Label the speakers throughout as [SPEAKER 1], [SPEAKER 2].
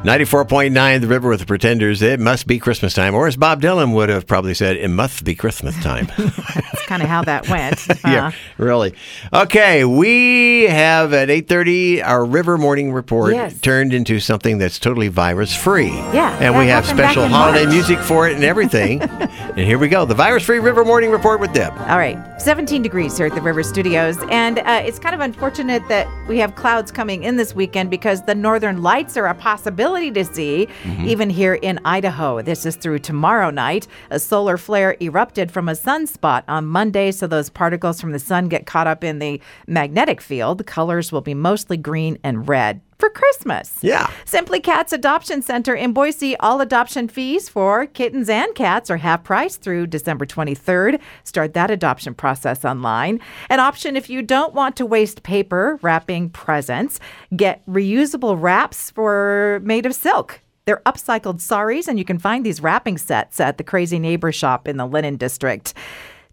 [SPEAKER 1] 94.9 The River with the Pretenders. It must be Christmas time. Or as Bob Dylan would have probably said, it must be Christmas time.
[SPEAKER 2] That's kind of how that went.
[SPEAKER 1] yeah,
[SPEAKER 2] Uh,
[SPEAKER 1] really. Okay, we have at 8.30 our River Morning Report
[SPEAKER 2] Yes.
[SPEAKER 1] turned into something that's totally virus-free.
[SPEAKER 2] Yeah,
[SPEAKER 1] And we
[SPEAKER 2] that
[SPEAKER 1] have
[SPEAKER 2] happened back
[SPEAKER 1] special
[SPEAKER 2] in
[SPEAKER 1] holiday
[SPEAKER 2] March.
[SPEAKER 1] music for it and everything. and here we go. The virus-free River Morning Report with Deb.
[SPEAKER 2] All right, 17 degrees here at the River Studios, and uh, it's kind of unfortunate that we have clouds coming in this weekend because the northern lights are a possibility to see,
[SPEAKER 1] Mm-hmm.
[SPEAKER 2] even here in Idaho. This is through tomorrow night. A solar flare erupted from a sunspot on Monday, so those particles from the sun get caught up in the magnetic field. The colors will be mostly green and red for Christmas.
[SPEAKER 1] Yeah.
[SPEAKER 2] Simply Cats Adoption Center in Boise. All adoption fees for kittens and cats are half price through December 23rd. Start that adoption process online. An option if you don't want to waste paper wrapping presents, get reusable wraps for made of silk. They're upcycled saris, and you can find these wrapping sets at the Crazy Neighbor Shop in the Linen District.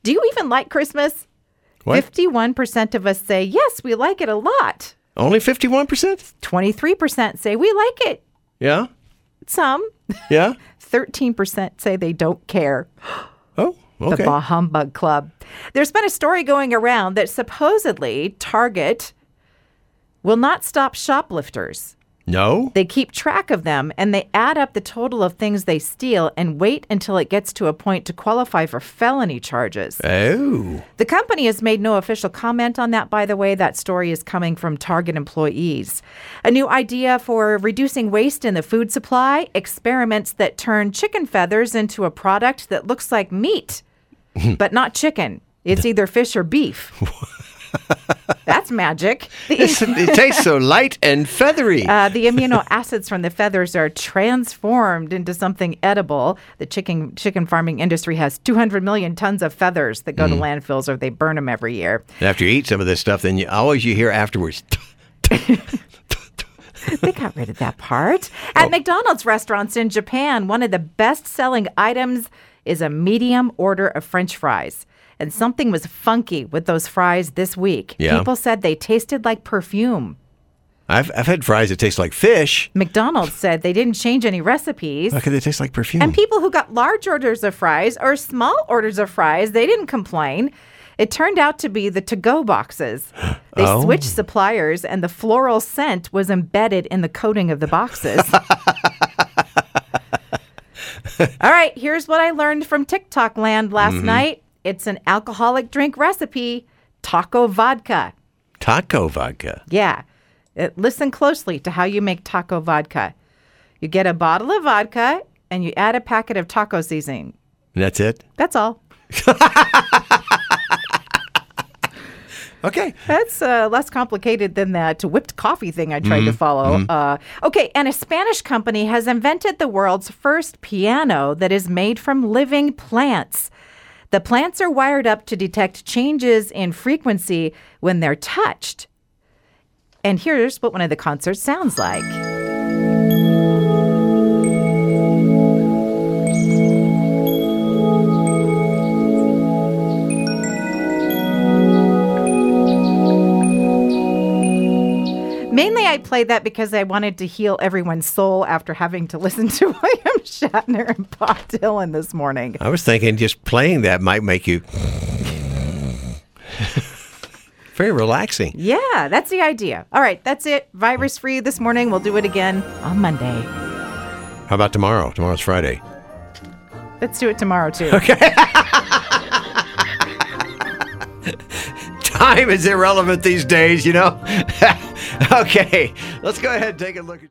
[SPEAKER 2] Do you even like Christmas?
[SPEAKER 1] What?
[SPEAKER 2] 51% of us say, yes, we like it a lot.
[SPEAKER 1] Only 51%?
[SPEAKER 2] 23% say, we like it
[SPEAKER 1] Yeah?
[SPEAKER 2] some.
[SPEAKER 1] Yeah?
[SPEAKER 2] 13% say they don't care.
[SPEAKER 1] Oh, okay.
[SPEAKER 2] The Bah Humbug Club. There's been a story going around that supposedly Target will not stop shoplifters.
[SPEAKER 1] No?
[SPEAKER 2] They keep track of them and they add up the total of things they steal and wait until it gets to a point to qualify for felony charges.
[SPEAKER 1] Oh.
[SPEAKER 2] The company has made no official comment on that, by the way. That story is coming from Target employees. A new idea for reducing waste in the food supply experiments that turn chicken feathers into a product that looks like meat, but not chicken. It's either fish or beef. That's magic.
[SPEAKER 1] It's-
[SPEAKER 2] The,
[SPEAKER 1] it tastes so light and feathery.
[SPEAKER 2] uh, the amino acids from the feathers are transformed into something edible. The chicken chicken farming industry has 200 million tons of feathers that go to landfills or they burn them every year.
[SPEAKER 1] And after you eat some of this stuff, then you always you hear afterwards.
[SPEAKER 2] they got rid of that part. At McDonald's restaurants in Japan, one of the best selling items is a medium order of french fries. And something was funky with those fries this week.
[SPEAKER 1] Yeah.
[SPEAKER 2] People said they tasted like perfume.
[SPEAKER 1] I've, I've had fries that taste like fish.
[SPEAKER 2] McDonald's said they didn't change any recipes.
[SPEAKER 1] Okay, they taste like perfume.
[SPEAKER 2] And people who got large orders of fries or small orders of fries, they didn't complain. It turned out to be the to go boxes. They
[SPEAKER 1] Oh.
[SPEAKER 2] switched suppliers, and the floral scent was embedded in the coating of the boxes. All right, here's what I learned from TikTok land last night it's an alcoholic drink recipe taco vodka.
[SPEAKER 1] Taco vodka.
[SPEAKER 2] Yeah. Uh, Listen closely to how you make taco vodka. You get a bottle of vodka and you add a packet of taco seasoning.
[SPEAKER 1] And that's it.
[SPEAKER 2] That's all.
[SPEAKER 1] Okay.
[SPEAKER 2] That's uh, less complicated than that whipped coffee thing I tried to follow. Uh, okay, and a Spanish company has invented the world's first piano that is made from living plants. The plants are wired up to detect changes in frequency when they're touched. And here's what one of the concerts sounds like. Mainly, I played that because I wanted to heal everyone's soul after having to listen to William Shatner and Bob Dylan this morning.
[SPEAKER 1] I was thinking just playing that might make you very relaxing.
[SPEAKER 2] Yeah, that's the idea. All right, that's it. Virus free this morning. We'll do it again on Monday.
[SPEAKER 1] How about tomorrow? Tomorrow's Friday.
[SPEAKER 2] Let's do it tomorrow, too.
[SPEAKER 1] Time is irrelevant these days, you know? okay, let's go ahead and take a look at.